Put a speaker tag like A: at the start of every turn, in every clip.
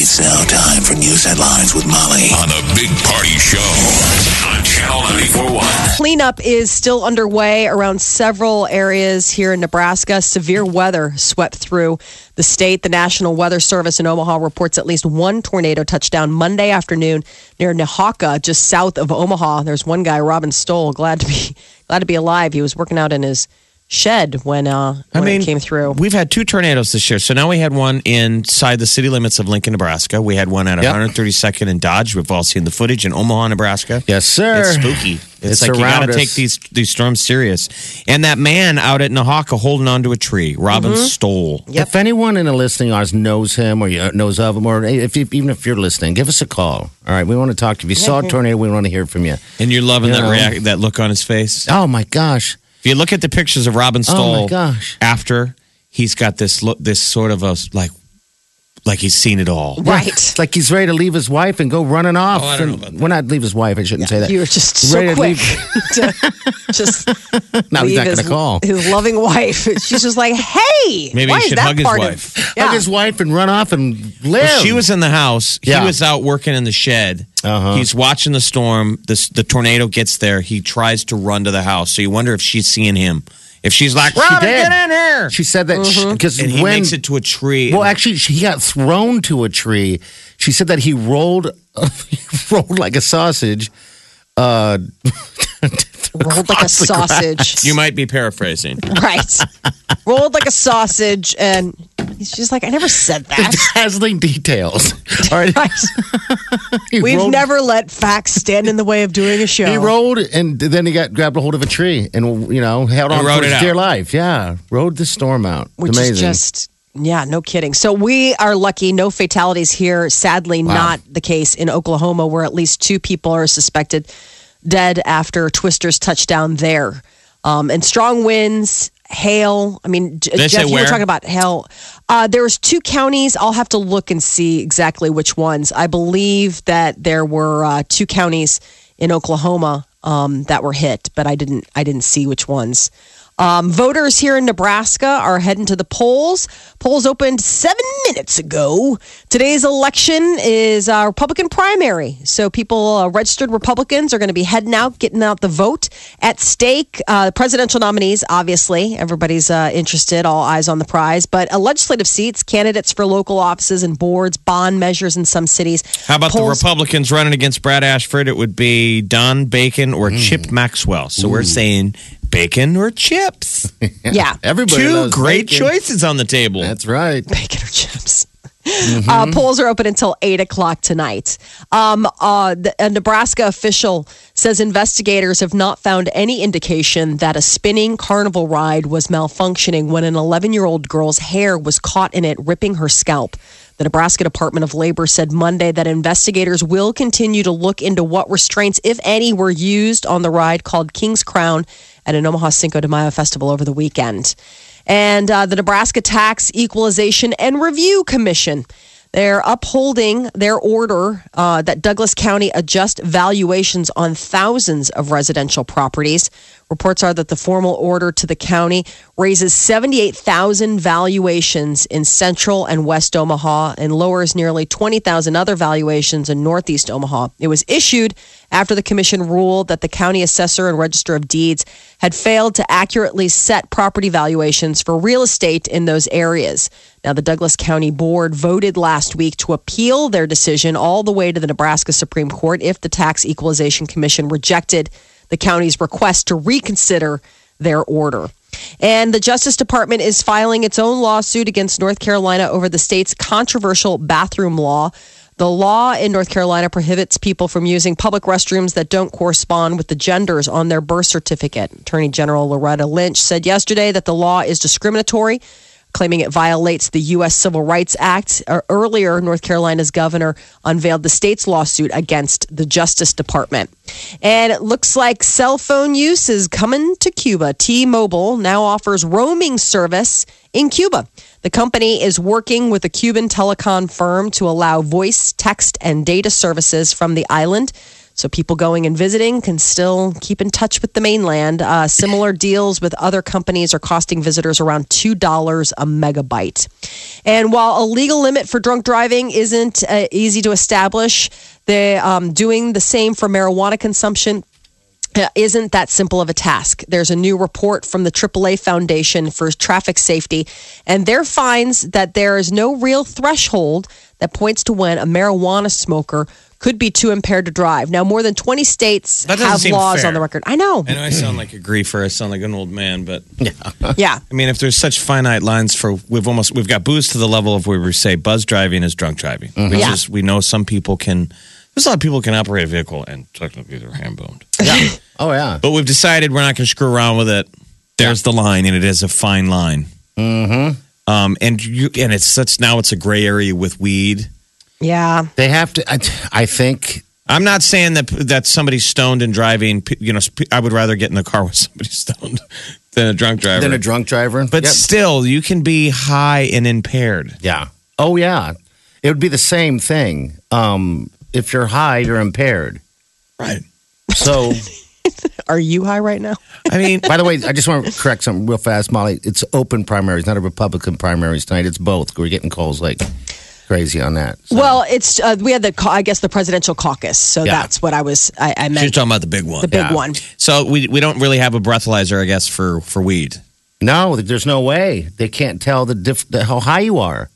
A: It's now time for news headlines with Molly on the Big Party Show on Channel 941.
B: Cleanup is still underway around several areas here in Nebraska. Severe weather swept through the state. The National Weather Service in Omaha reports at least one tornado touchdown Monday afternoon near Nahaka, just south of Omaha. There's one guy, Robin Stoll, glad to be glad to be alive. He was working out in his shed when uh when it came through.
C: We've had two tornadoes this year. So now we had one inside the city limits of Lincoln, Nebraska. We had one at
D: Yep.
C: 132nd and Dodge. We've all seen the footage in Omaha, Nebraska.
D: Yes, sir.
C: It's spooky. It's,
D: It's
C: like you got to
D: around us.
C: take these these storms serious. And that man out at Nahaka holding onto a tree, Robin
B: Mm-hmm.
C: Stoll.
D: If anyone in the listening audience knows him or you- knows of him, or if you, even if you're listening, give us a call. All right, we want to talk. to you. If you saw a tornado, we want to hear from you.
C: And you're loving
D: You
C: that
D: know.
C: react, that look on his face.
D: Oh my gosh!
C: If you look at the pictures of Robin Stoll
D: Oh, my gosh.
C: after, he's got this look, this sort of a like like he's seen it all.
B: Right.
D: It's like he's ready to leave his wife and go running off.
C: Oh, I don't know
D: and-
C: about that.
D: well, not leave his wife. I shouldn't say that.
B: You were just so
D: Ready to
B: quick
D: leave-
B: to just
D: Now
B: leave
D: he's not going
B: his,
D: to call.
B: his loving wife. She's just like, hey,
C: Maybe
B: why
C: he
B: is
C: should
B: that
C: hug his
B: part
C: wife.
B: Of,
D: Hug
B: yeah.
D: his wife and run off and live.
C: Well, she was in the house.
D: Yeah.
C: He was out working in the shed.
D: Uh-huh.
C: He's watching the storm. This the tornado gets there. He tries to run to the house. So you wonder if she's seeing him. If she's like, Robin,
D: did.
C: get in here.
D: She said that because
C: Mm-hmm. and he
D: when
C: makes it to a tree.
D: Well, actually, she- he got thrown to a tree. She said that he rolled, he rolled like a sausage. Uh,
B: rolled like a sausage.
C: you might be paraphrasing.
B: right. Rolled like a sausage. And he's just like, I never said that.
D: dazzling details. All right,
B: Right.
D: he
B: We've
D: rolled-
B: never let facts stand in the way of doing a show.
D: He rolled, and then he got grabbed a hold of a tree, and you know held
C: And
D: on
C: rode
D: for
C: it
D: his dear
C: out.
D: life. Yeah, rode the storm out.
B: which
D: Amazing.
B: is just yeah no kidding so we are lucky no fatalities here sadly not the case in oklahoma where at least two people are suspected dead after twisters touchdown there um, and strong winds hail i mean J-
C: They say
B: jeff you were
C: where?
B: talking about hail uh, there was two counties i'll have to look and see exactly which ones i believe that there were uh, two counties in oklahoma um, that were hit but i didn't i didn't see which ones um, voters here in Nebraska are heading to the polls. Polls opened seven minutes ago. Oh, Today's election is uh, Republican primary. So, people, uh, registered Republicans, are going to be heading out, getting out the vote. At stake, uh, the presidential nominees, obviously. Everybody's uh, interested, all eyes on the prize. But uh, legislative seats, candidates for local offices and boards, bond measures in some cities.
C: How about
B: Polls-
C: the Republicans running against Brad Ashford? It would be Don Bacon or
D: Mm.
C: Chip Maxwell. So we're saying Bacon or chips.
B: Yeah.
D: Everybody
C: Two
D: loves
C: great
D: bacon.
C: choices on the table.
D: That's right.
B: bacon or chips. Uh, polls are open until 8 o'clock tonight. Um, uh, the, a Nebraska official says investigators have not found any indication that a spinning carnival ride was malfunctioning when an 11 year old girl's hair was caught in it, ripping her scalp. The Nebraska Department of Labor said Monday that investigators will continue to look into what restraints, if any, were used on the ride called King's Crown at an Omaha Cinco de Mayo festival over the weekend and uh, the Nebraska Tax Equalization and Review Commission. They're upholding their order uh, that Douglas County adjust valuations on thousands of residential properties. Reports are that the formal order to the county raises 78,000 valuations in central and west Omaha and lowers nearly 20,000 other valuations in northeast Omaha. It was issued after the commission ruled that the county assessor and register of deeds had failed to accurately set property valuations for real estate in those areas. Now, the Douglas County Board voted last week to appeal their decision all the way to the Nebraska Supreme Court if the Tax Equalization Commission rejected the county's request to reconsider their order. And the Justice Department is filing its own lawsuit against North Carolina over the state's controversial bathroom law. The law in North Carolina prohibits people from using public restrooms that don't correspond with the genders on their birth certificate. Attorney General Loretta Lynch said yesterday that the law is discriminatory, claiming it violates the U.S. Civil Rights Act. Or earlier, North Carolina's governor unveiled the state's lawsuit against the Justice Department. And it looks like cell phone use is coming to Cuba. T Mobile now offers roaming service in Cuba. The company is working with a Cuban telecom firm to allow voice, text, and data services from the island. So people going and visiting can still keep in touch with the mainland. Uh, similar deals with other companies are costing visitors around two dollars a megabyte. And while a legal limit for drunk driving isn't uh, easy to establish, they're um, doing the same for marijuana consumption Uh, isn't that simple of a task. There's a new report from the AAA Foundation for Traffic Safety, and there finds that there is no real threshold that points to when a marijuana smoker could be too impaired to drive. Now, more than 20 states
C: That doesn't
B: have
C: seem
B: laws
C: fair.
B: on the record. I know.
C: I know I sound like a griefer. I sound like an old man, but
B: yeah.
C: I mean, if there's such finite lines for we've almost we've got booze to the level of where we say buzz driving is drunk driving, which
B: Yeah.
C: is we know some people can. There's a lot of people can operate a vehicle and technically they're hand boned,
D: Oh yeah.
C: but we've decided we're not going to screw around with it. There's the line, and it is a fine line. Mm-hmm. Um, and you and it's such now it's a gray area with weed.
B: Yeah.
D: They have to. I, I think.
C: I'm not saying that that somebody's stoned and driving. p- You know, sp- I would rather get in the car with somebody stoned than a drunk driver.
D: Than a drunk driver.
C: but
D: Yep.
C: still, you can be high and impaired.
D: yeah. Oh yeah. It would be the same thing. Um, if you're high, you're impaired.
C: Right.
D: So,
B: Are you high right now?
C: I mean,
D: by the way, I just want to correct something real fast, Molly. It's open primaries, not a Republican primaries tonight. It's both. We're getting calls like crazy on that. So-
B: Well, it's uh, we had the ca- I guess the presidential caucus, so
D: Yeah.
B: that's what I was I, I
C: she's
B: meant
C: talking about the big one.
B: the big
D: yeah.
B: one.
C: So we we don't really have a breathalyzer, I guess, for for weed.
D: no, there's no way they can't tell the, diff- the how high you are.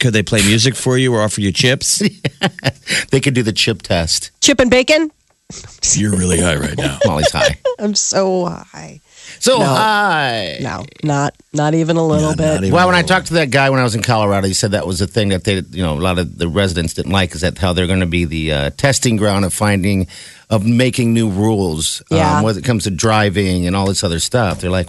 C: Could they play music for you or offer you chips?
D: They could do the chip test.
B: Chip and bacon.
C: You're really high right now.
D: Molly's high.
B: I'm so high.
D: So high.
B: No, not not even a little bit.
D: Well, when I talked to that guy when I was in Colorado, he said that was a thing that they, you know, a lot of the residents didn't like. Is that how they're going to be the uh, testing ground of finding, of making new rules um,
B: Yeah.
D: when it comes to driving and all this other stuff? They're like,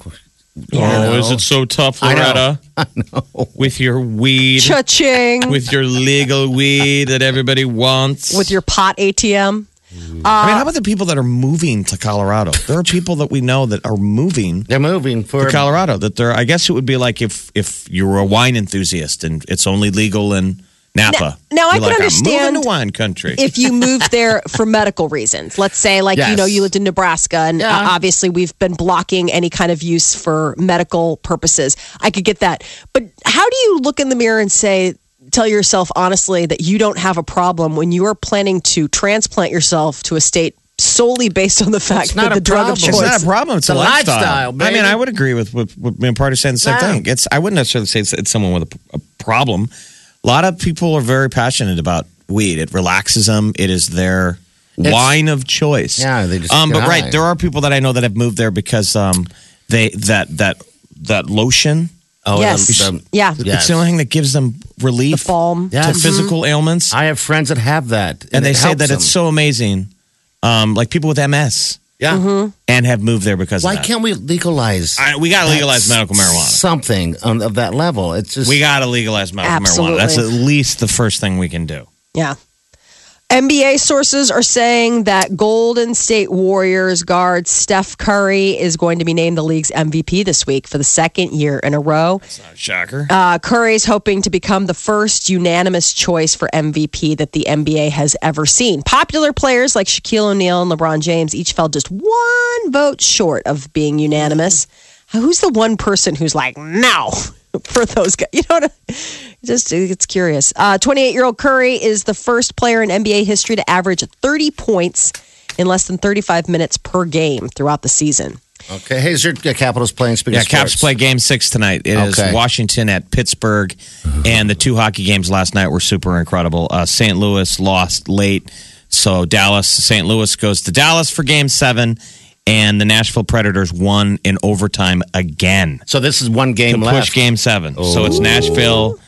C: Oh, is it so tough,
D: I know.
C: Loretta? I know. With your weed,
B: Cha-ching.
C: with your legal weed that everybody wants.
B: with your pot ATM.
C: I mean, how about the people that are moving to Colorado? There are people that we know that are moving
D: they're moving for
C: to Colorado. That they're, I guess, it would be like if if you were a wine enthusiast and it's only legal in Napa.
B: Now- now I
C: You're
B: can
C: like, I'm
B: understand
C: moving to wine country.
B: If you moved there for medical reasons, let's say, like, you
D: Yes.
B: know, you lived in Nebraska, and uh,
D: Yeah.
B: obviously we've been blocking any kind of use for medical purposes. I could get that. But how do you look in the mirror and say, tell yourself honestly that you don't have a problem when you are planning to transplant yourself to a state solely based on the fact
D: not
B: that the
D: a
B: drug of
D: problem.
B: choice?
C: It's not a problem. It's,
D: It's
C: a,
D: a
C: lifestyle.
D: lifestyle,
C: I mean,
D: baby.
C: I would agree with with, with being part of saying the same
D: Yeah.
C: thing. It's I wouldn't necessarily say it's, it's someone with a, a problem. A lot of people are very passionate about weed. It relaxes them. It is their wine of choice.
D: Yeah, they just
C: Um,
D: get
C: but right,
D: high.
C: there are people that I know that have moved there because um, they that that that lotion.
D: Oh,
B: Yes.
D: the- the-
B: Yeah.
D: yes.
C: It's the only thing that gives them relief
B: balm.
C: to
D: Yes. Mm-hmm.
C: physical ailments,
D: I have friends that have that,
C: and they
D: it
C: say
D: helps
C: that
D: them.
C: it's so amazing. Um, like people with MS
D: yeah.
B: Mm-hmm.
C: and have moved there because
D: Why
C: of that.
D: can't we legalize?
C: I, we got to legalize medical marijuana?
D: Something on, of that level. It's just
C: We got to legalize medical marijuana.
B: Absolutely.
C: That's at least the first thing we can do.
B: Yeah. NBA sources are saying that Golden State Warriors guard Steph Curry is going to be named the league's MVP this week for the second year in a row.
C: Shocker.
B: Uh, Curry is hoping to become the first unanimous choice for MVP that the NBA has ever seen. Popular players like Shaquille O'Neal and LeBron James each fell just one vote short of being unanimous. Uh, Who's the one person who's like, no, for those guys? You know what? I- Just it's curious. Uh, 28-year-old Curry is the first player in NBA history to average 30 points in less than 35 minutes per game throughout the season.
D: okay. Hey, is your uh, Capitals playing? Speaking
C: yeah,
D: of
C: Caps play
D: sports.
C: game six tonight. It is
D: Okay. Uh-huh.
C: Washington at Pittsburgh, and the two hockey games last night were super incredible. Uh, St. Louis lost late, so Dallas, St. Louis goes to Dallas for game seven, and the Nashville Predators won in overtime again
D: So this is one game
C: to
D: left.
C: push game seven. So
D: Oh.
C: it's Nashville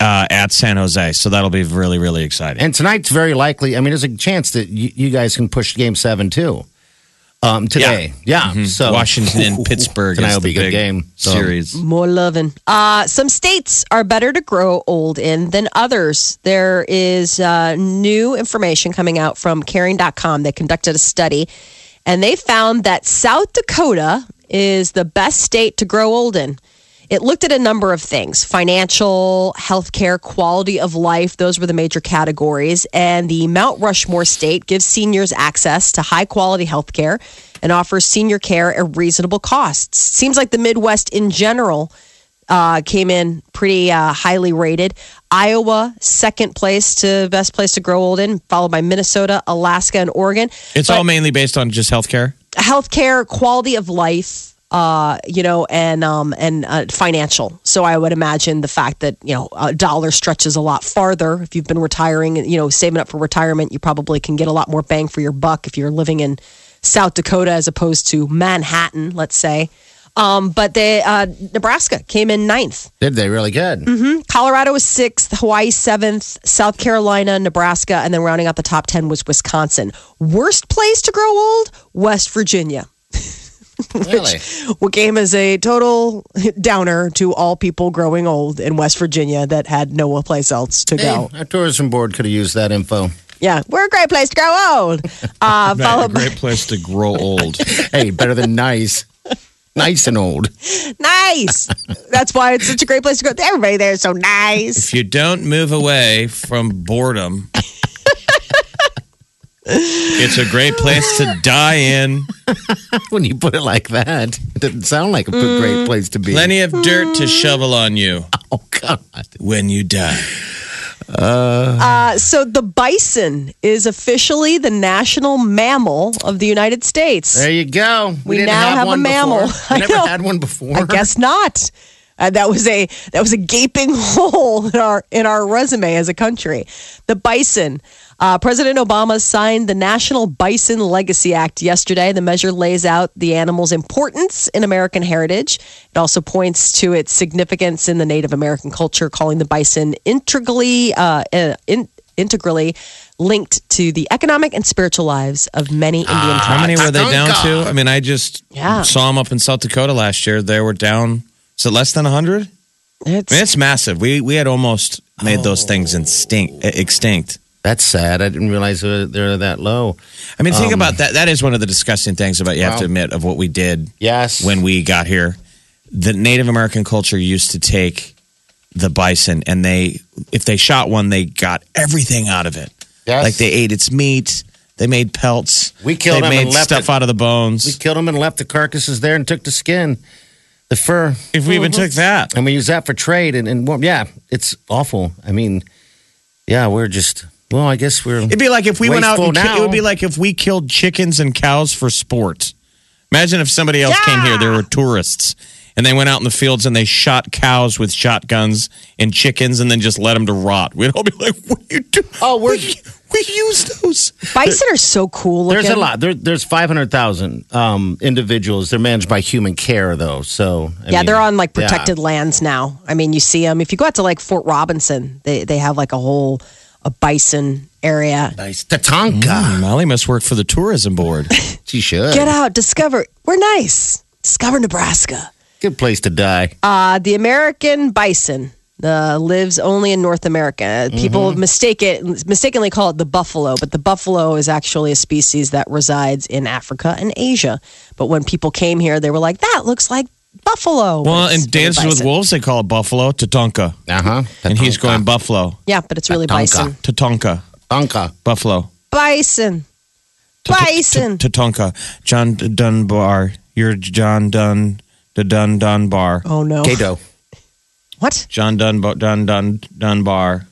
C: uh, at San Jose. So that'll be really, really exciting.
D: And tonight's very likely. I mean, there's a chance that you, you guys can push game seven too. um, today. Yeah. So
C: Mm-hmm. Washington and Pittsburgh
D: Tonight
C: is
D: will
C: the
D: be a good
C: big
D: game. So-
C: series.
B: More loving. Uh, some states are better to grow old in than others. There is uh, new information coming out from caring.com. They conducted a study and they found that South Dakota is the best state to grow old in. It looked at a number of things financial, healthcare, quality of life. Those were the major categories. And the Mount Rushmore state gives seniors access to high quality healthcare and offers senior care at reasonable costs. Seems like the Midwest in general uh, came in pretty uh, highly rated. Iowa, second place to best place to grow old in, followed by Minnesota, Alaska, and Oregon
C: It's all mainly based on just healthcare.
B: healthcare, quality of life, uh, you know, and um, and uh, financial. So I would imagine the fact that you know a dollar stretches a lot farther. If you've been retiring, you know, saving up for retirement, you probably can get a lot more bang for your buck if you're living in South Dakota as opposed to Manhattan, let's say. Um, but they, uh, Nebraska came in ninth.
D: Did they really good?
B: Colorado was sixth, Hawaii seventh, South Carolina, Nebraska, and then rounding out the top 10 was Wisconsin. Worst place to grow old? West Virginia.
D: Really?
B: What game is a total downer to all people growing old in West Virginia that had no place else to
D: Hey,
B: go.
D: our tourism board could have used that info.
B: Yeah, we're a great place to grow old. Uh,
C: Not a
B: followed by
C: great place to grow old.
D: Hey, better than nice. Nice and old.
B: nice. That's why it's such a great place to go. Everybody there is so nice.
C: if you don't move away from boredom, it's a great place to die in.
D: When you put it like that, it doesn't sound like a
B: Mm.
D: great place to be.
C: Plenty of dirt to shovel on you
D: Oh, God.
C: when you die.
B: Uh, so the bison is officially the national mammal of the United States.
D: There you go.
B: We
D: didn't
B: now have a
D: one
B: mammal.
D: Before.
B: I
D: We never
B: know.
D: had one before.
B: I guess not. Uh, that was a that was a gaping hole in our in our resume as a country. The bison. Uh, President Obama signed the National Bison Legacy Act yesterday. The measure lays out the animal's importance in American heritage. It also points to its significance in the Native American culture, calling the bison integrally uh, uh, in, integrally linked to the economic and spiritual lives of many Indian
D: Ah.
B: tribes.
C: How many were they down to?
D: Tatanka.
C: I mean, I just
B: Yeah.
C: saw them up in South Dakota last year. They were down, is it less than 100? I mean,
B: It's-
C: it's massive. We, we had almost made those things instinct, extinct.
D: That's sad. I didn't realize they're, they're that low.
C: I mean, think about that. That is one of the disgusting things about you have to admit of what we did
D: Yes.
C: when we got here. The Native American culture used to take the bison, and they, if they shot one, they got everything out of it.
D: Yes.
C: Like they ate its meat. They made pelts.
D: We killed
C: They
D: them
C: made
D: and left
C: stuff
D: it.
C: out of the bones.
D: we killed them and left the carcasses there and took the skin, the fur,
C: if we even took that,
D: and we use that for trade. And, and well, yeah, it's awful. I mean, yeah, we're just, well, I guess we're.
C: It'd be like if we went out and
D: Wasteful
C: ki- it would
D: now.
C: be like if we killed chickens and cows for sport. Imagine if somebody else came here, there were tourists, and they went out in the fields and they shot cows with shotguns and chickens and then just let them to rot. We'd all be like, what are you doing?
D: Oh, we're-
C: we, we use those.
B: bison are so cool. Looking.
D: There's a lot. There, there's 500,000 um, individuals. They're managed by human care, though. So I
B: yeah,
D: mean,
B: they're on like
D: yeah.
B: protected lands now. I mean, you see them if you go out to like Fort Robinson, they they have like a whole a bison area.
D: Nice. Tatanka.
C: Mm, Molly must work for the tourism board.
D: She should.
B: Get out, discover. We're nice. Discover Nebraska.
D: Good place to die.
B: Uh, the American bison uh, lives only in North America. People
C: Mm-hmm.
B: mistake it mistakenly call it the buffalo, but the buffalo is actually a species that resides in Africa and Asia. But when people came here, they were like, "That looks like buffalo." but
C: well,
B: it's really
C: in Dances with
B: bison.
C: Wolves, they call it buffalo Tatanka.
D: Uh huh.
C: And he's going buffalo.
B: Yeah, but it's really bison.
D: Tatanka.
C: Tatanka.
D: Tatanka.
C: Buffalo.
B: Bison. Bison.
C: Tatanka. John Dunbar. You're John Dun. The Dun Dunbar.
B: Oh no.
D: Gato.
B: What?
C: John Dunbar. Dun, Dun, Dunbar.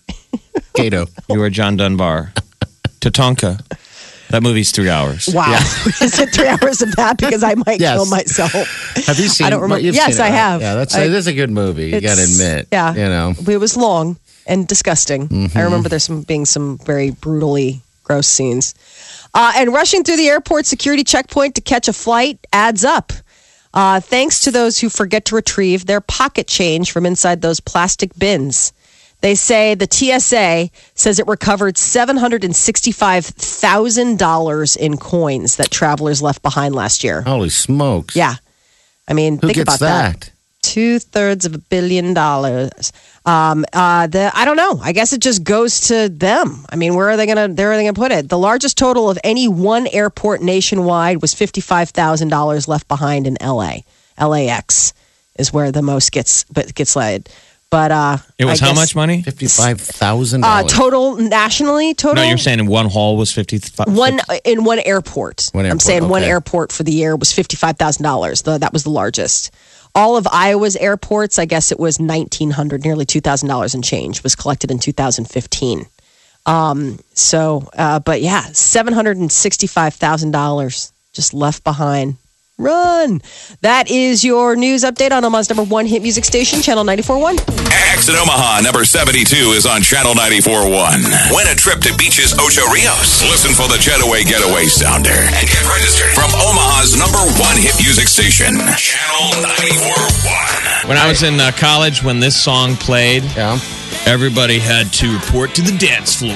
D: Gato.
C: You are John Dunbar. Tatanka. That movie's three hours.
B: Wow. Is it three hours of that? Because I might
D: Yes.
B: kill myself.
D: Have you seen?
B: don't remember-
D: you've
B: Yes,
D: seen it,
B: I
D: right?
B: have.
D: Yeah, that's
B: I-
D: it is a good movie. You got to
B: It's-
D: admit.
B: Yeah.
D: You know. Mm-hmm.
B: It was long and disgusting. I remember there's some being some very brutally gross scenes. Uh, and rushing through the airport security checkpoint to catch a flight adds up. Uh, thanks to those who forget to retrieve their pocket change from inside those plastic bins. They say the TSA says it recovered $765,000 in coins that travelers left behind last year.
D: Holy smokes.
B: Yeah. I mean,
D: Who
B: think
D: gets
B: about that
D: that?
B: two thirds of a billion dollars. Um, uh, the I don't know. I guess it just goes to them. I mean, where are they gonna? Where are they gonna put it? The largest total of any one airport nationwide was fifty five thousand dollars left behind in L.A. LAX is where the most gets but gets laid. But uh,
C: It was
B: I
C: how
B: guess-
C: much money?
D: Fifty-five thousand
B: Uh,
D: dollars.
B: total nationally, total
C: No, you're saying in one hall was 55.
B: one in one airport.
D: One
B: I'm
D: airport,
B: saying one
D: okay.
B: airport for the year was fifty five thousand dollars. That was the largest. All of Iowa's airports, I guess it was nineteen hundred, nearly two thousand dollars in change was collected in two thousand fifteen. Um, so, uh, but yeah, seven hundred and sixty five thousand dollars just left behind. Run! That is your news update on Omaha's number one hit music station, Channel 94.1.
A: Exit Omaha number 72 is on Channel 94.1. Win a trip to beaches Ocho Rios. Listen for the Jetaway Getaway Sounder and get registered from Omaha's number one hit music station, Channel 94.1.
C: When I was in uh, college, when this song played,
D: yeah.
C: everybody had to report to the dance floor.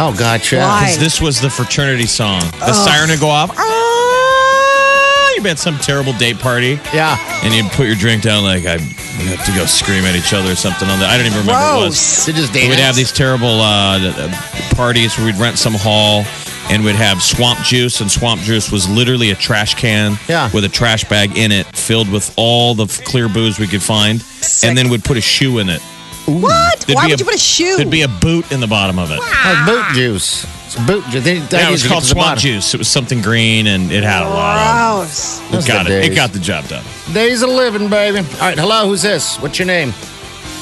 D: Oh, gotcha.
B: Why?
C: 'Cause This was the fraternity song. The siren would go off. Ah, you'd be at some terrible date party,
D: Yeah.
C: and you'd put your drink down like I we have to go scream at each other or something on that. I don't even remember what it was.
D: They just
C: We'd
D: dance.
C: have these terrible uh, th- uh, parties where we'd rent some hall and we'd have swamp juice, and swamp juice was literally a trash can
D: Yeah.
C: with a trash bag in it filled with all the f- clear booze we could find, and then we'd put a shoe in it.
B: What?
C: There'd
B: Why
C: be
B: would you put a shoe?
C: There'd be a boot in the bottom of it.
D: Like boot juice. It's boot juice. They,
C: Yeah, it was called swamp juice. It was something green, and it had a lot
B: Gross.
C: of.
D: Those
C: It got
D: are the
C: it. It
D: days.
C: got the job done.
D: Days of living, baby. All right, hello. Who's this? What's your name?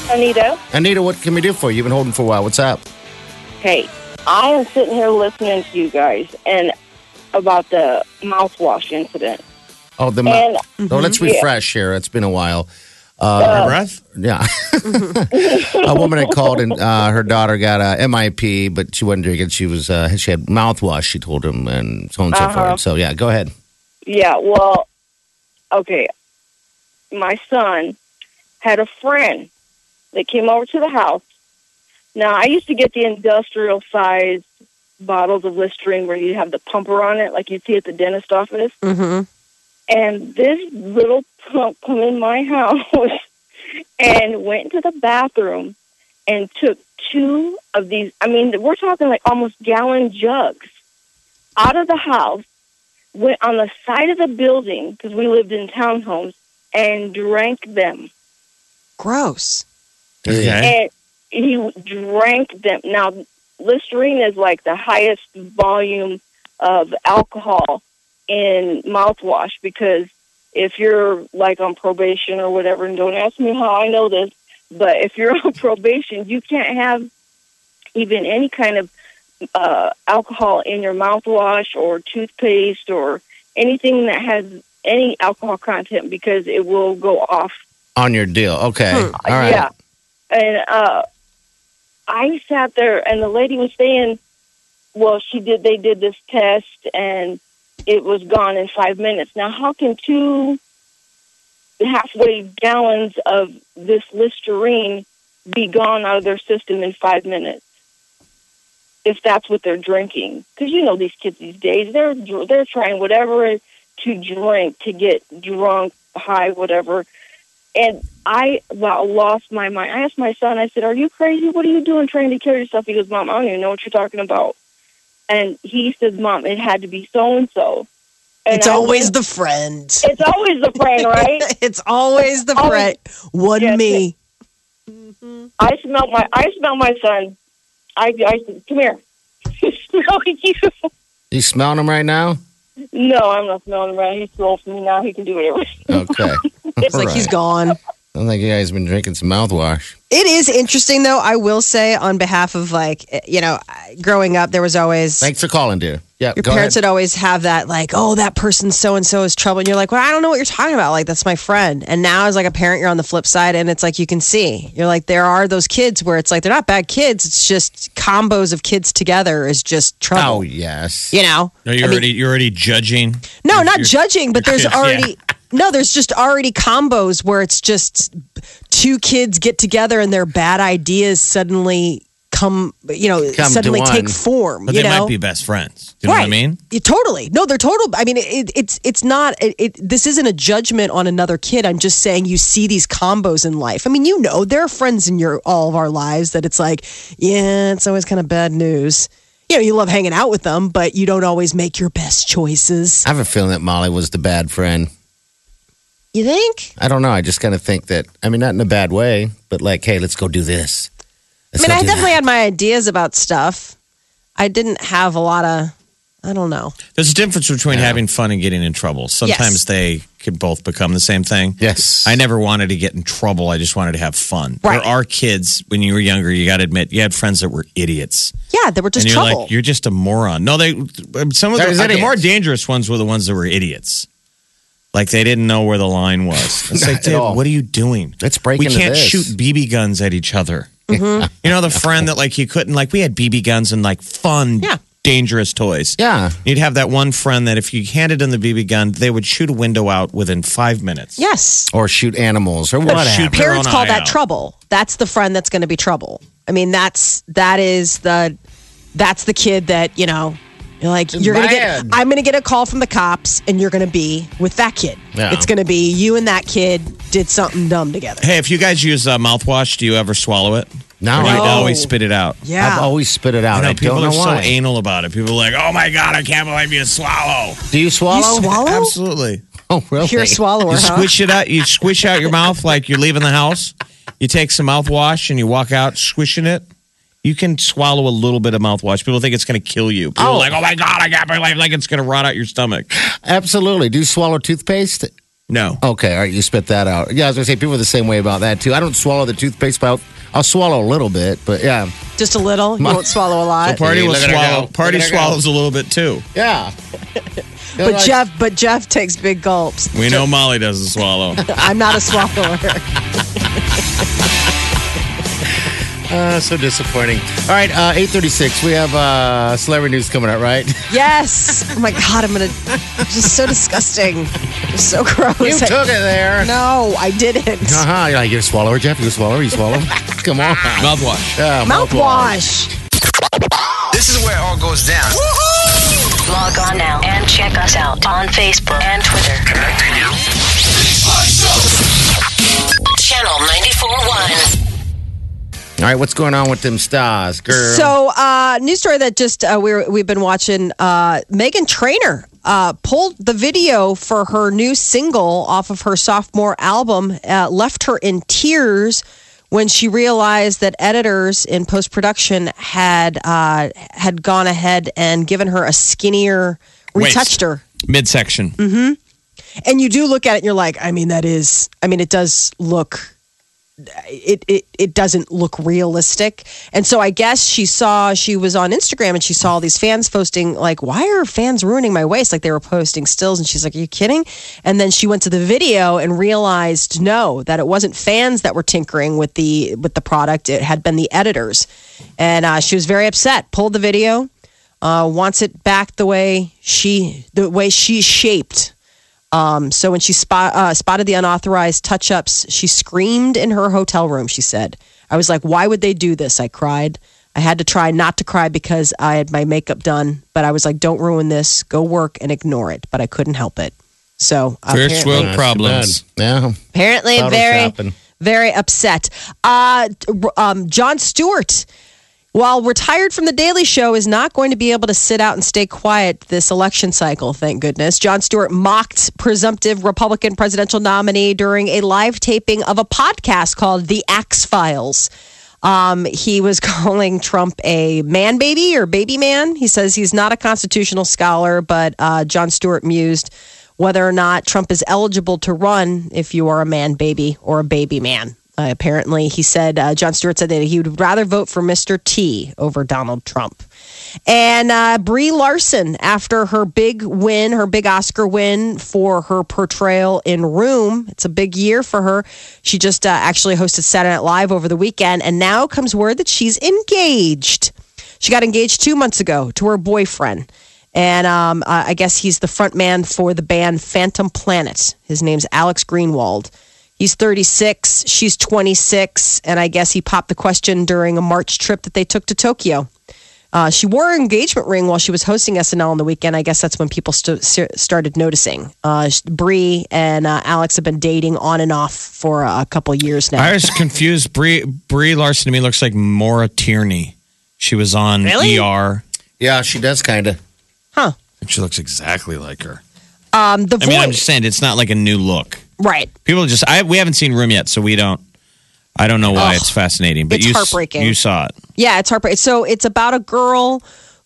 E: Anita.
D: Anita, what can we do for you? You've been holding for a while. What's up?
E: Hey, I am sitting here listening to you guys and about the mouthwash incident.
D: Oh, the.
E: And
D: oh, let's refresh here. It's been a while.
C: Her breath.
D: Yeah.
B: Mm-hmm.
D: a woman had called and uh, her daughter got a MIP, but she wasn't drinking. She was uh, she had mouthwash. She told him and so on and so
B: Uh-huh.
D: forth. So yeah, go ahead.
E: yeah, well, okay. My son had a friend that came over to the house. Now, I used to get the industrial sized bottles of Listerine where you have the pumper on it, like you see at the dentist office.
B: Mm-hmm.
E: And this little punk come in my house and went to the bathroom and took two of these. I mean, we're talking like almost gallon jugs out of the house, went on the side of the building because we lived in townhomes and drank them.
B: Gross.
C: Okay.
E: And he drank them. Now, Listerine is like the highest volume of alcohol in mouthwash because if you're like on probation or whatever, and don't ask me how I know this, but if you're on probation, you can't have even any kind of uh, alcohol in your mouthwash or toothpaste or anything that has any alcohol content because it will go off
D: On your deal. Okay.
B: Hmm.
D: All right.
E: yeah. And uh, I sat there, and the lady was saying, "Well, she did. They did this test, and it was gone in five minutes." Now, how can two halfway gallons of this Listerine be gone out of their system in five minutes? If that's what they're drinking, because you know these kids these days, they're dr- they're trying whatever to drink to get drunk, high, whatever. And I about lost my mind. I asked my son, I said, Are you crazy? What are you doing trying to kill yourself? He goes, Mom, I don't even know what you're talking about. And he says, Mom, it had to be so and so.
B: It's always the friend.
E: It's always the friend, right?
B: it's always the
E: Always.
B: threat. One
E: Yes,
B: me.
E: I smell my I smell my son. I I said, Come here. smell you.
D: You smelling them right now?
E: No, I'm not smelling him right. He's too old for me now. He can do whatever.
D: Okay.
B: It's like he's gone.
D: I don't think you guys been drinking some mouthwash.
B: It is interesting, though. I will say, on behalf of like, you know, growing up, there was always
D: Thanks for calling, dear. Yeah.
B: your
D: go
B: parents
D: ahead.
B: would always have that, like, oh, that person so and so is trouble. And you're like, well, I don't know what you're talking about. Like, that's my friend. And now, as like a parent, you're on the flip side, and it's like you can see, you're like, there are those kids where it's like they're not bad kids. It's just combos of kids together is just trouble.
D: oh yes.
B: You know?
C: No, you're
B: I mean-
C: already you're already judging.
B: No, not
C: You're-
B: judging, but there's
C: Yeah.
B: already No, there's just already combos where it's just two kids get together and their bad ideas suddenly come, you know,
D: Come to
B: suddenly
D: one.
B: take form.
C: But
B: you
C: they
B: know?
C: might be best friends. Do you know what I mean?
B: Yeah, totally. No, they're total. I mean, it, it's it's not. It, it this isn't a judgment on another kid. I'm just saying you see these combos in life. I mean, you know, there are friends in your all of our lives that it's like, yeah, it's always kind of bad news. You know, you love hanging out with them, but you don't always make your best choices.
D: I have a feeling that Molly was the bad friend.
B: You think?
D: I don't know. I just kind of think that. I mean, not in a bad way, but like, hey, let's go do this.
B: I
D: Let's
B: mean,
D: go
B: I
D: do
B: definitely
D: that.
B: had my ideas about stuff. I didn't have a lot of. I don't know.
C: There's a difference between having fun and getting in trouble. Sometimes they could both become the same thing.
D: Yes.
C: I never wanted to get in trouble. I just wanted to have fun.
B: Right.
C: There are kids when you were younger, you got to admit, you had friends that were idiots.
B: Yeah, there were just
C: and you're
B: trouble.
C: like, you're just a moron. No, they, some of
D: There's
C: the, the more
D: idiots.
C: dangerous ones were the ones that were idiots. Like they didn't know where the line was. It's
D: Not
C: like,
D: at
C: dude,
D: all.
C: what are you doing?
D: Let's break
C: We
D: into
C: can't
D: this. Mm-hmm.
C: shoot BB guns at each other. You know, the friend that like you couldn't, like we had BB guns and like fun,
B: Yeah.
C: dangerous toys.
D: Yeah.
C: You'd have that one friend that if you handed them the BB gun, they would shoot a window out within five minutes.
B: yes.
D: Or shoot animals or whatever.
C: shoot- their
B: parents
C: own
B: call
C: eye
B: that
C: out.
B: trouble. That's the friend that's going to be trouble. I mean, that's that is the that's the kid that you know. You're like you're gonna get.
D: Bad.
B: I'm gonna get a call from the cops, and you're gonna be with that kid.
D: Yeah.
B: It's gonna be you and that kid did something dumb together.
C: Hey, if you guys use uh, mouthwash, do you ever swallow it?
D: No.
C: Or do you
D: No.
C: always spit it out?
B: Yeah.
D: I've always spit it out.
C: Oh, I know
D: I
C: people
D: don't know
C: are so
D: why.
C: anal about it. People are like, "Oh my god, I can't believe you swallow."
D: do you swallow?
B: You swallow?
C: Absolutely.
D: Oh, really?
B: Pure swallower,
C: You
B: huh?
C: squish it out. You squish out your mouth like you're leaving the house. You take some mouthwash and you walk out swishing it. You can swallow a little bit of mouthwash. People think it's going to kill you. People are
D: Oh.
C: like, "Oh my god, I can't believe like it's going to rot out your stomach."
D: Absolutely. Do you swallow toothpaste?
C: No.
D: Okay, all right, you spit that out. Yeah, I was gonna say people are the same way about that too. I don't swallow the toothpaste, but I'll, I'll swallow a little bit. But yeah,
B: Just a little. You
D: My-
B: won't swallow a lot.
C: Party
D: Hey,
C: will
D: look at her
C: swallow.
D: go.
C: Party
D: Look at her go.
C: swallows a little bit too.
D: yeah.
B: but Jeff, but Jeff takes big gulps.
C: We know Molly doesn't swallow.
B: I'm not a swallower.
D: uh, so disappointing. All right, uh, eight thirty-six. We have uh, celebrity news coming up, right?
B: yes. Oh my god, I'm gonna. Just so disgusting. So gross.
D: You took it there.
B: No, I didn't.
D: Uh-huh. You're like, you're a swallower, Jeff. You're a swallower. You swallow. Come on.
C: Mouthwash.
D: Yeah,
B: Mouthwash.
F: This is where it all goes down.
G: Log on now and check us out on Facebook and Twitter.
F: Connecting you.
G: Channel 94.1.
D: All right, what's going on with them stars, girl?
B: So, uh, news story that just uh, we we've been watching. Uh, Megan Trainor uh, pulled the video for her new single off of her sophomore album. Uh, left her in tears when she realized that editors in post production had uh, had gone ahead and given her a skinnier,
C: Waist.
B: retouched her.
C: Midsection.
B: Mm. And you do look at it and you're like, I mean, that is, I mean, it does look, it, it, it doesn't look realistic. And so I guess she saw, she was on Instagram and she saw all these fans posting, like, why are fans ruining my waist? Like they were posting stills. And she's like, are you kidding? And then she went to the video and realized, no, that it wasn't fans that were tinkering with the, with the product. It had been the editors. And uh, she was very upset, pulled the video, uh, wants it back the way she, the way she's shaped. Um, so when she spot, uh, spotted the unauthorized touch ups, she screamed in her hotel room, she said. I was like, why would they do this? I cried. I had to try not to cry because I had my makeup done, but I was like, don't ruin this. Go work and ignore it. But I couldn't help it. So
C: First
B: apparently,
C: world
D: That's too
C: problems.
D: bad. Yeah.
B: apparently very,
D: Photoshopping.
B: very upset. Uh, um, John Stewart. While retired from The Daily Show, is not going to be able to sit out and stay quiet this election cycle, thank goodness. John Stewart mocked presumptive Republican presidential nominee during a live taping of a podcast called The Axe Files. Um, he was calling Trump a man baby or baby man. He says he's not a constitutional scholar, but uh, John Stewart mused whether or not Trump is eligible to run if you are a man baby or a baby man. Uh, apparently, he said, uh, John Stewart said that he would rather vote for Mr. T over Donald Trump. And uh, Brie Larson, after her big win, her big Oscar win for her portrayal in Room, it's a big year for her. She just uh, actually hosted Saturday Night Live over the weekend, and now comes word that she's engaged. She got engaged two months ago to her boyfriend. And um, I I guess he's the front man for the band Phantom Planet. His name's Alex Greenwald. He's 36, she's 26, and I guess he popped the question during a March trip that they took to Tokyo. Uh, she wore her engagement ring while she was hosting SNL on the weekend. I guess that's when people st- ser- started noticing. Uh, Brie and uh, Alex have been dating on and off for a couple years now.
C: I was confused. Brie Brie Larson to me looks like Maura Tierney. She was on
B: Really?
C: ER.
D: Yeah, she does kind of.
C: and She looks exactly like her.
B: um, the
C: I mean, I'm
B: voice,
C: just saying it's not like a new look.
B: right?
C: People just I we haven't seen Room yet, so we don't. I don't know why it's fascinating, but
B: it's
C: you s-
B: heartbreaking.
C: You saw it.
B: Yeah, it's heartbreaking. So it's about a girl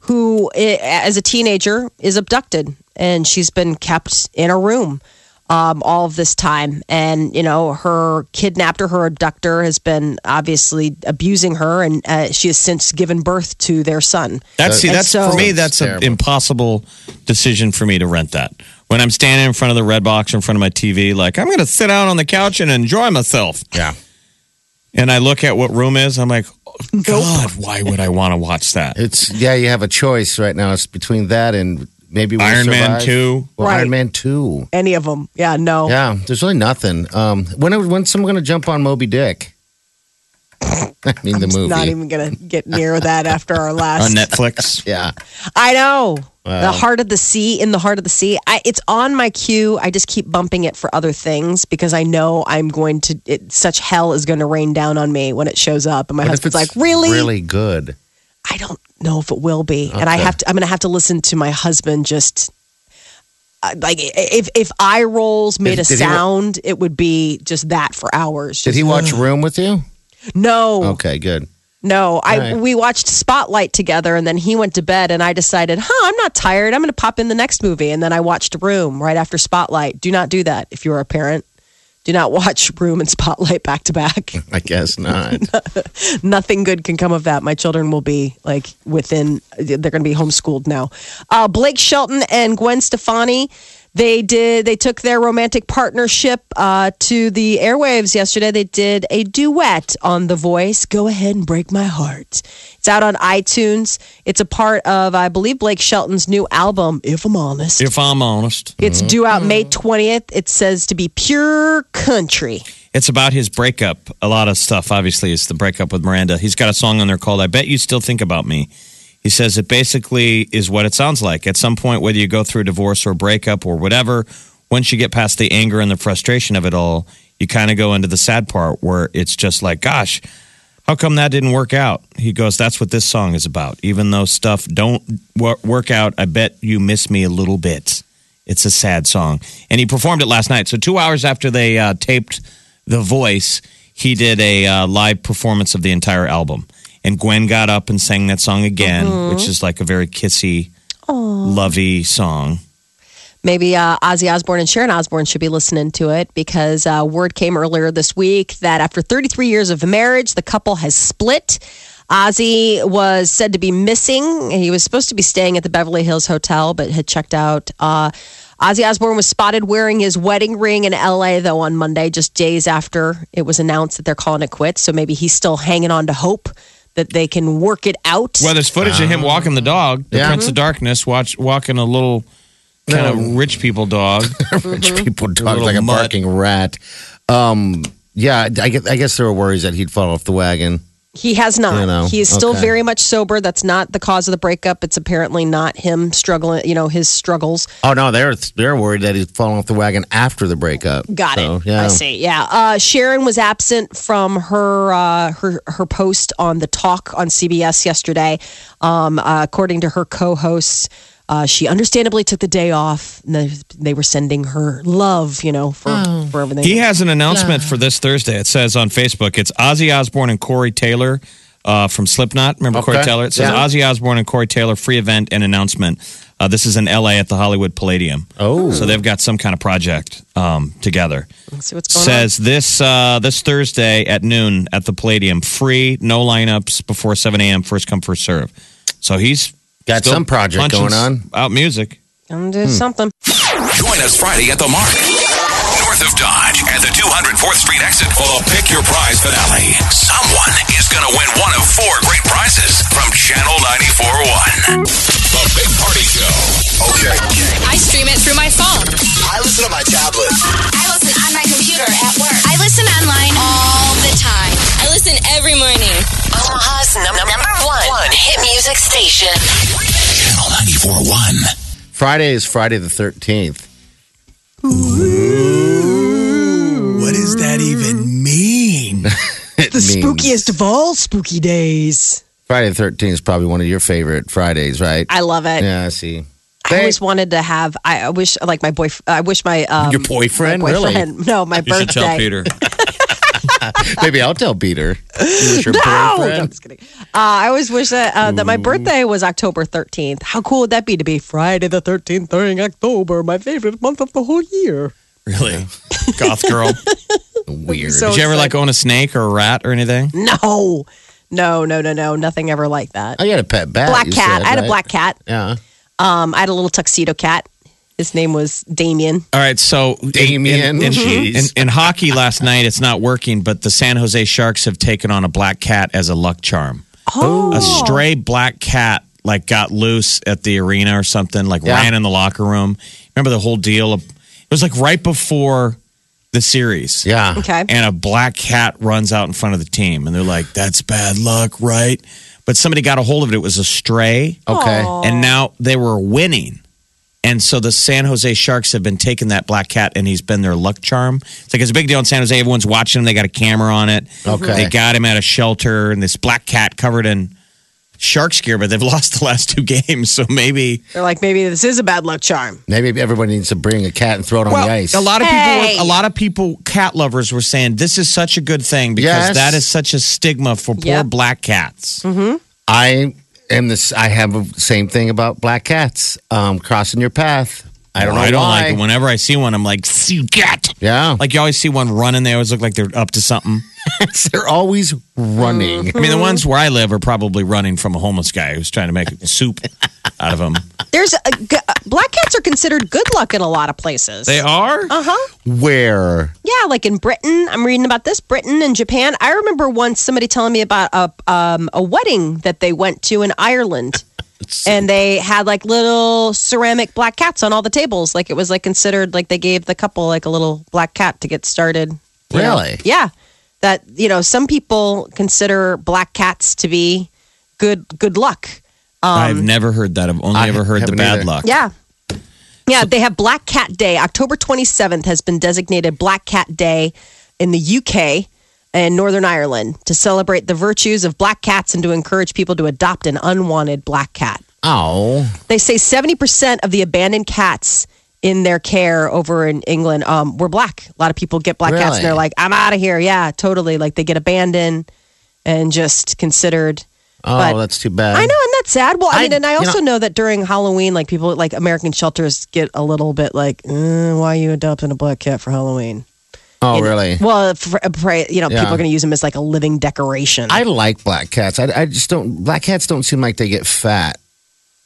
B: who, i- as a teenager, is abducted, and she's been kept in a room um, all of this time. And you know, her kidnapper, her abductor, has been obviously abusing her, and uh, she has since given birth to their son.
C: That's see,
B: And
C: that's
B: so-
C: for me. That's an
D: Terrible.
C: impossible decision for me to rent that. When I'm standing in front of the red box in front of my TV, like I'm going to sit down on the couch and enjoy myself,
D: Yeah.
C: and I look at what room is, I'm like, oh, God, why would I want to watch that?
D: It's yeah, you have a choice right now. It's between that and maybe We'll
C: Iron Man
D: Survive.
C: 2.
D: Well,
B: Right. Oh.
D: Iron Man Two.
B: Any of them? Yeah, no.
D: Yeah, there's really nothing. Um, when are- when's someone going to jump on Moby Dick? I mean the movie. Oh,
B: Not even gonna get near that after our
C: On
B: last.
C: Netflix,
D: yeah,
B: I know. The heart of the sea, in the heart of the sea. I, it's on my queue. I just keep bumping it for other things because I know I'm going to. It, such hell is going to rain down on me when it shows up, and my
D: What if
B: husband's like,
D: it's
B: "Really?
D: really good.
B: I don't know if it will be." And I have to. I'm going to have to listen to my husband just. uh, Like if if eye rolls made
D: Did-
B: a
D: did he wa-
B: sound, it would be just that for hours.
D: Did he
B: Just,
D: watch Room with you?
B: No,
D: Okay, good.
B: no, I
D: Right.
B: we watched Spotlight together, and then he went to bed, and I decided, huh, I'm not tired. I'm going to pop in the next movie, and then I watched Room right after Spotlight. Do not do that if you're a parent. Do not watch Room and Spotlight back to back.
D: I guess not.
B: Nothing good can come of that. My children will be like within, they're going to be homeschooled now. Uh, Blake Shelton and Gwen Stefani, they did, they took their romantic partnership uh, to the airwaves yesterday. They did a duet on The Voice, Go Ahead and Break My Heart. It's out on iTunes. It's a part of, I believe, Blake Shelton's new album, If I'm Honest.
C: if I'm honest,
B: it's due out May 20th. It says to be pure country.
C: it's about his breakup. A lot of stuff, obviously, is the breakup with Miranda. He's got a song on there called "I Bet You Still Think About Me." He says it basically is what it sounds like. At some point, whether you go through a divorce or breakup or whatever, once you get past the anger and the frustration of it all, you kind of go into the sad part where it's just like, gosh, how come that didn't work out? He goes, that's what this song is about. Even though stuff don't wor- work out, I bet you miss me a little bit. It's a sad song. And he performed it last night. So, two hours after they uh, taped The Voice, he did a uh, live performance of the entire album. And Gwen got up and sang that song again, which is like a very kissy, lovey song.
B: Maybe uh, Ozzy Osbourne and Sharon Osbourne should be listening to it because uh, word came earlier this week that after 33 years of marriage, the couple has split. Ozzy was said to be missing. He was supposed to be staying at the Beverly Hills Hotel, but had checked out. Uh, Ozzy Osbourne was spotted wearing his wedding ring in LA, though, on Monday, just days after it was announced that they're calling it quits. So maybe he's still hanging on to hope that they can work it out.
C: Well, there's footage of him walking the dog, the
D: Yeah.
C: Prince of Darkness, watch, walking a little kind of rich people dog.
D: Rich
B: Mm-hmm.
D: people talk
C: little
D: like a
C: mutt.
D: barking rat. Um, yeah, I guess, I guess there were worries that he'd fall off the wagon.
B: He has not.
D: You know,
B: he is still
D: okay.
B: very much sober. That's not the cause of the breakup. It's apparently not him struggling, you know, his struggles.
D: Oh no, they're they're worried that he'd fallen off the wagon after the breakup.
B: Got
D: So,
B: it.
D: Yeah.
B: I see. Yeah. Uh, Sharon was absent from her uh, her her post on the talk on CBS yesterday. Um, uh, according to her co-hosts, uh, she understandably took the day off. And they, they were sending her love, you know, for for everything.
C: He has an announcement for this Thursday. It says on Facebook, it's Ozzy Osbourne and Corey Taylor uh, from Slipknot. Remember Corey
D: Okay.
C: Taylor? It says
D: Yeah.
C: Ozzy Osbourne and Corey Taylor free event and announcement. Uh, this is in LA at the Hollywood Palladium.
D: Oh.
C: so they've got some kind of project um, together.
B: Let's see what's going on.
C: Says this uh, this Thursday at noon at the Palladium, free, no lineups before seven a.m. First come, first serve. So he's
D: Got
C: still
D: some project
C: punching
D: going on.
C: out music.
B: I'm doing something.
A: Join us Friday at the Mark, north of Dodge, at the 204th Street exit for the Pick Your Prize finale. Someone is going to win one of four great prizes from Channel 94.1. The Big Party Show.
G: music station.
A: Channel 941.
D: Friday is Friday the 13th.
H: What does that even mean?
D: It
B: The
D: means-
B: spookiest of all spooky days.
D: Friday the 13th is probably one of your favorite Fridays, right?
B: I love it.
D: yeah, I see.
B: I always wanted to have. I I wish, like my boyfriend. I wish my um,
D: Your boyfriend?
B: my
D: Really?
B: boyfriend- No, my
C: You should
B: birthday.
C: tell Peter.
D: Maybe I'll tell Peter. He was your
B: No, no, I'm
D: boyfriend.
B: just kidding. Uh, I always wish that uh, that my birthday was October 13th. How cool would that be to be Friday the 13th during October, my favorite month of the whole year?
C: Really? Goth girl.
D: Weird.
B: So-
C: Did you ever like own a snake or a rat or anything?
B: No, no, no, no, no, nothing ever like that.
D: oh, you had a pet bat.
B: black
D: you
B: cat.
D: said,
B: I had a
D: right?
B: black cat.
D: Yeah.
B: Um, I had a little tuxedo cat. His name was Damien.
C: All right, so
D: Damien.
C: in, in, in,
D: Jeez.
C: in hockey last night, it's not working, but the San Jose Sharks have taken on a black cat as a luck charm.
B: Oh,
C: A stray black cat like got loose at the arena or something, like
D: Yeah.
C: ran in the locker room. Remember the whole deal? Of, it was like right before the series.
D: Yeah.
B: okay.
C: and a black cat runs out in front of the team and they're like that's bad luck right but somebody got a hold of it it was a stray
D: Okay.
B: Oh.
C: and now they were winning and so the San Jose Sharks have been taking that black cat, and he's been their luck charm. It's like it's a big deal in San Jose. Everyone's watching him. They got a camera on it.
D: Okay.
C: They got him at a shelter, and this black cat covered in sharks gear, but they've lost the last two games. So maybe
B: They're like, maybe this is a bad luck charm.
D: Maybe everybody needs to bring a cat and throw it on the ice.
C: A lot of
B: Hey.
C: people, a lot of people, cat lovers were saying this is such a good thing because
D: Yes. Mm-hmm.
C: that is such a stigma for poor
B: Yep.
C: black cats.
D: I am this. I have the same thing about black cats um, crossing your path. I don't know
C: I don't
D: why.
C: like it. Whenever I see one, I'm like, see cat.
D: Yeah, like
C: Like you always see one running, they always look like they're up to something.
D: they're always running.
C: I
B: Mm.
C: mean, the ones where I live are probably running from a homeless guy who's trying to make soup out of them.
B: There's a, g- uh, black cats are considered good luck in a lot of places.
C: They are.
B: Uh huh.
D: Where?
B: Yeah, like in Britain, I'm reading about this. Britain and Japan. I remember once somebody telling me about a um, a wedding that they went to in Ireland, and they had like little ceramic black cats on all the tables. Like it was like considered like they gave the couple like a little black cat to get started. you know?
D: Really?
B: Yeah. That you know, some people consider black cats to be good good luck.
C: I've
B: Um,
C: never heard that. I've only
D: I
C: ever heard the
D: haven't
C: bad
D: either.
C: luck.
B: Yeah. Yeah, they have Black Cat Day. October 27th has been designated Black Cat Day in the UK and Northern Ireland to celebrate the virtues of black cats and to encourage people to adopt an unwanted black cat.
D: Oh,
B: They say 70% of the abandoned cats in their care over in England um, were black. A lot of people get black cats
D: Really?
B: and they're like, I'm out of here. Yeah, totally. Like they get abandoned and just considered.
D: oh,
B: But-
D: that's too bad.
B: I know, and that's sad. Well, I,
D: I-
B: mean, and I
D: you
B: also know, that during Halloween, like people, like American shelters get a little bit like, "Uh, why are you adopting a black cat for Halloween?
D: Oh,
B: You know,
D: really?
B: Well, for, uh, for- you know, people
D: Yeah.
B: are going to use them as like a living decoration.
D: I like black cats. I, I just don't. Black cats don't seem like they get fat.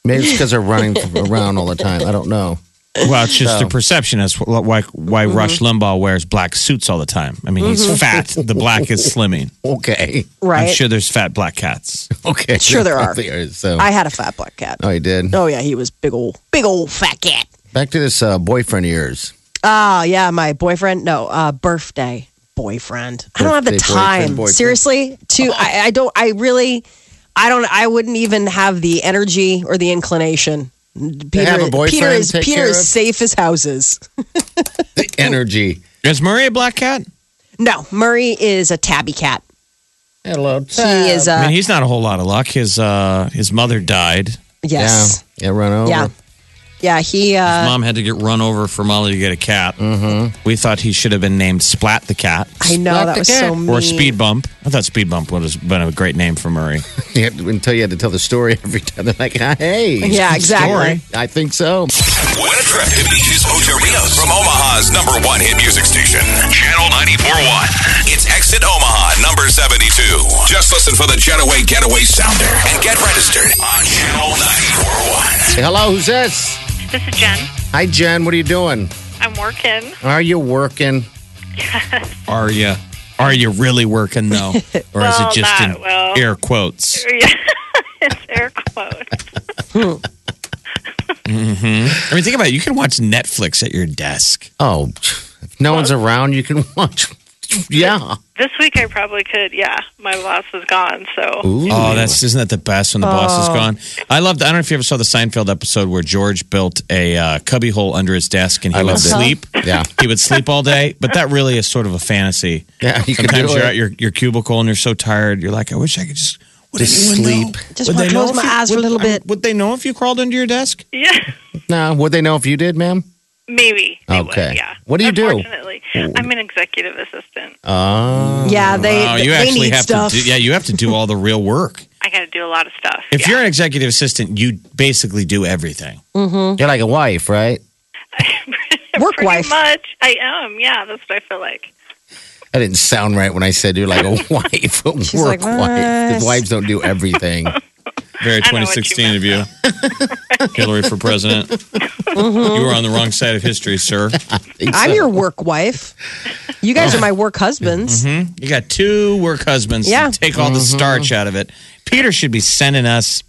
D: Maybe it's because they're running around all the time. I don't know.
C: Well, it's just the perception as wh- why why
B: Mm-hmm.
C: Rush Limbaugh wears black suits all the time. I mean, he's fat. The black is slimming.
D: Okay.
B: right?
C: I'm sure there's fat black cats.
D: Okay.
B: Sure there are.
D: So.
B: I had a fat black cat.
D: oh, he did.
B: Oh yeah, he was big old, big old fat cat.
D: Back to this uh, boyfriend of yours.
B: Oh yeah, my boyfriend. No, uh, birthday boyfriend. I don't have the
D: Birthday
B: time.
D: boyfriend, boyfriend.
B: Seriously, to I, I don't. I really, I don't. I wouldn't even have the energy or the inclination. Peter,
D: have a boyfriend
B: Peter is
D: take
B: Peter
D: care
B: is
D: of?
B: safe as houses.
D: The energy.
C: Is Murray a black cat?
B: No, Murray is a tabby cat.
D: Hello.
B: He is. Uh,
C: I mean, he's not a whole lot of luck. His uh, his mother died.
B: yes.
D: Yeah. Yeah. Run over.
B: Yeah. Yeah. he.
C: His
B: Uh,
C: mom had to get run over for Molly to get a cat. Mm-hmm. We thought he should have been named Splat the Cat
B: I know that was so mean.
C: or Speed Bump. I thought Speed Bump would have been a great name for Murray.
D: You had to, until you had to tell the story every time. They're like, hey.
B: Yeah, exactly.
D: I think so.
A: What a trip to beaches, Ocho Rios. From Omaha's number one hit music station, Channel 94.1. It's Exit Omaha, number 72. Just listen for the Jetaway Getaway Sounder and get registered on Channel 94.1.
D: Hey, hello, who's this?
I: This is Jen.
D: Hi, Jen. What are you doing?
I: I'm working.
D: Are you working?
C: Are you? Are you really working though, or is
I: Well,
C: it just
I: not
C: in
I: well.
C: air quotes?
I: it's air quotes.
C: I mean, think about it. You can watch Netflix at your desk.
D: Oh, if no one's around, you can watch Yeah.
I: This week I probably could. Yeah, my boss is gone, so
C: Oh, that's isn't that the best when the boss is
I: Oh.
C: gone? I loved. I don't know if you ever saw the Seinfeld episode where George built a uh, cubbyhole under his desk and he
D: I
C: would
D: loved it.
C: sleep.
D: Yeah.
C: He would sleep all day, but that really is sort of a fantasy.
D: Yeah, you could
C: Sometimes
D: do
C: you're
D: it.
C: at your, your cubicle and you're so tired, you're like, I wish I could just would
D: Just
C: anyone know?
D: sleep.
B: Just
C: Would
B: wanna
C: they know
B: close
C: if
B: my
C: you-
B: eyes for a
C: would-
B: little bit.
C: Would they know if you crawled under your desk?
I: yeah,
D: No, would they know if you did, ma'am?
I: maybe. they would,
D: Okay.
I: yeah.
D: What do you do?
I: Unfortunately, I'm an executive assistant.
D: Oh.
B: Yeah, they,
C: Oh,
B: they
C: you actually
B: need
C: have
B: stuff.
C: to. Do, yeah, you have to do all the real work.
I: I got to do a lot of stuff.
C: If
I: yeah.
C: you're an executive assistant, you basically do everything.
B: Mm-hmm.
D: You're like a wife, right?
B: Work
I: Pretty
B: wife.
I: much, I am. Yeah, that's what I feel like.
D: That didn't sound right when I said you're like a wife, a
B: She's
D: work
B: like,
D: wife. 'Cause
B: "Yes."
D: wives don't do everything.
C: Very
I: I know what you
C: 2016 of you. Hillary for president.
B: Mm-hmm.
C: You were on the wrong side of history, sir.
B: I'm your work wife. You guys are my work husbands.
D: Mm-hmm.
C: You got two work husbands. to
B: Yeah.
C: take all the starch out of it. Peter should be sending us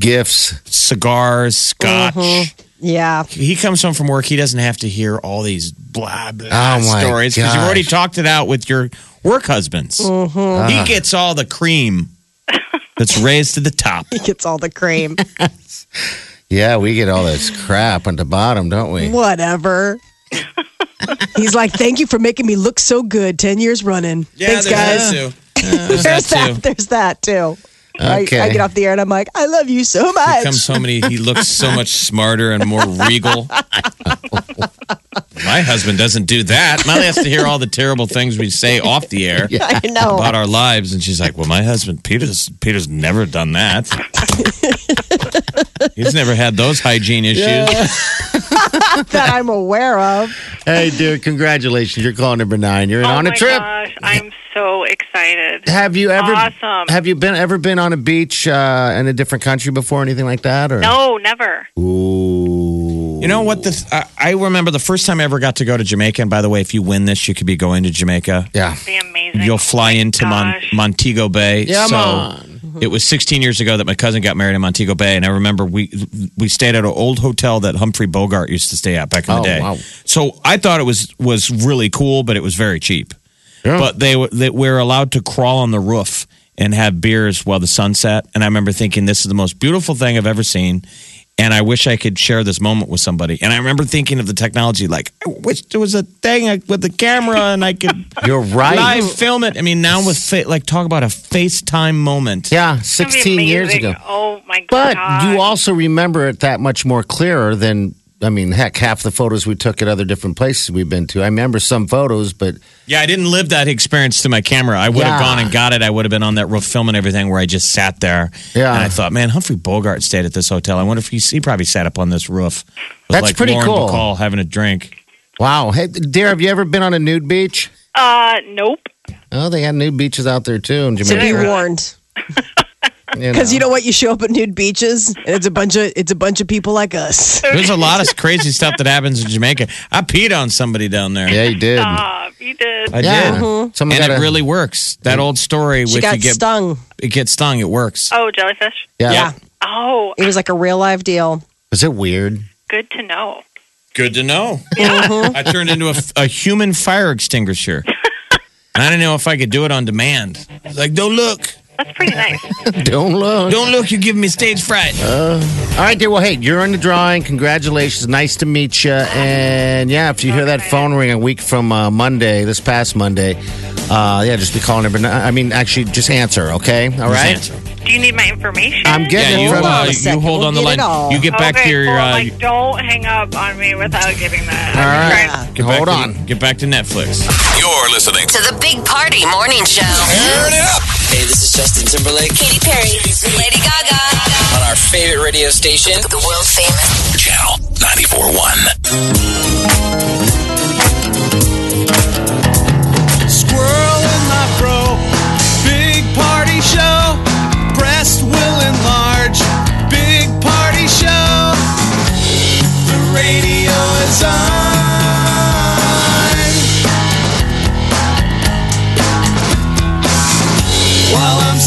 D: Gifts.
C: cigars, scotch.
B: Mm-hmm. Yeah.
C: He comes home from work. He doesn't have to hear all these blah blah
D: Oh, my
C: stories because you've already
D: gosh. Ah.
C: talked it out with your work husbands.
B: Mm-hmm.
C: He gets all the cream that's raised to the top.
B: He gets all the cream.
D: Yeah, we get all this crap on the bottom, don't we?
B: Whatever. He's like, thank you for making me look so good 10 years running. Thanks, guys.
C: There's that
B: There's
C: too.
B: that. There's that too. I-
D: Okay.
B: I, get off the air and I'm like, I love you so much.
C: Comes home and he, he looks so much smarter and more regal. My husband doesn't do that. Molly has to hear all the terrible things we say off the air
B: I
D: Oh,
B: know.
C: about our lives, and she's like, "Well, my husband Peter's Peter's never done that. He's never had those hygiene issues."
B: that I'm aware of.
D: Hey, dude, congratulations. You're call number nine. You're
I: oh
D: on a
I: my
D: trip.
I: gosh, I'm so excited.
D: Have you ever
I: Awesome.
D: have you been ever been on a beach uh, in a different country before, anything like that? Or
I: No, never.
D: Ooh.
C: You know what? The I, I remember the first time I ever got to go to Jamaica. And by the way, if you win this, you could be going to Jamaica.
D: Yeah.
I: Be amazing.
C: You'll fly into Mon-
I: gosh.
C: Montego Bay.
D: Yeah,
C: so
D: man.
C: it was 16 years ago that my cousin got married in Montego Bay, and I remember we we stayed at an old hotel that Humphrey Bogart used to stay at back in the
D: Oh,
C: day.
D: wow.
C: So I thought it was was really cool, but it was very cheap. But they, were- they were allowed to crawl on the roof and have beers while the sun set, and I remember thinking this is the most beautiful thing I've ever seen. And I wish I could share this moment with somebody. And I remember thinking of the technology, like I wish there was a thing I- with a camera and I could
D: You're right.
C: live film it. I mean, now with fa- like talk about a FaceTime moment.
D: Yeah,
I: That'd be
D: 16 years
I: amazing.
D: ago.
I: Oh my
D: But
I: god!
D: you also remember it that much more clearer than I mean, heck, half the photos we took at other different places we've been to. I remember some photos, but
C: Yeah, I didn't live that experience through my camera. I would have
D: Yeah.
C: gone and got it. I would have been on that roof filming everything where I just sat there.
D: Yeah.
C: And I thought, man, Humphrey Bogart stayed at this hotel. I wonder if he, he probably sat up on this roof. with,
D: That's
C: like
D: pretty
C: Lauren
D: cool.
C: Bacall having a drink.
D: wow. Hey, dear, have you ever been on a nude beach?
I: uh, nope.
D: Oh, they had nude beaches out there too in
B: To be
D: Jamaica.
B: warned.
D: you
B: Because
D: know.
B: you know what? You show up at nude beaches and it's a bunch of it's a bunch of people like us.
C: There's a lot of crazy stuff that happens in Jamaica. I peed on somebody down there.
D: yeah, you did.
I: Uh, you did.
C: I
D: yeah,
C: did.
B: Uh-huh.
D: someone
C: And
D: got
C: it
D: a-
C: really works. That old story
B: She
C: with
B: got
C: you get
B: stung. Uh,
C: it gets stung, it works.
I: oh, jellyfish.
D: yeah.
B: Yeah.
I: Oh,
B: It was like a real live deal.
D: Was it weird?
I: good to know.
C: Good to know.
B: Mm-hmm.
C: I turned into a, a human fire extinguisher. And I didn't know if I could do it on demand. It's Like, don't look.
I: That's pretty nice.
D: Don't look.
C: Don't look. You're giving me stage fright.
D: Uh, All right, dear. Well, hey, you're in the drawing. Congratulations. Nice to meet you. And yeah, if you hear that phone ring a week from uh, Monday, this past Monday, uh, yeah, just be calling every. I mean, actually, just answer. Okay. All right.
C: Just answer.
I: Do you need my information?
D: I'm
C: Yeah,
D: getting
C: you,
D: it from.
C: uh,
B: a
C: you
B: second.
C: hold
B: We'll
C: on the
B: get it
C: line.
B: all.
C: You get back
I: okay,
C: to your.
I: cool.
C: Uh,
I: like, don't hang up on me without giving that.
D: All
I: I'm trying-
D: right.
C: get back
D: Hold
C: to-
D: on.
C: get back to Netflix.
A: You're listening to
G: To the Big Party Morning Show.
A: Turn It Up
J: Hey, this is Justin Timberlake
G: Katy Perry, Lady Gaga,
J: on our favorite radio station.
G: the world famous
A: Channel 94.1.
J: Squirrel in my bro. Big party show. Breast will enlarge. Big party show. The radio is on. While I'm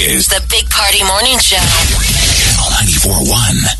A: is
G: The Big Party Morning Show.
A: Channel 941.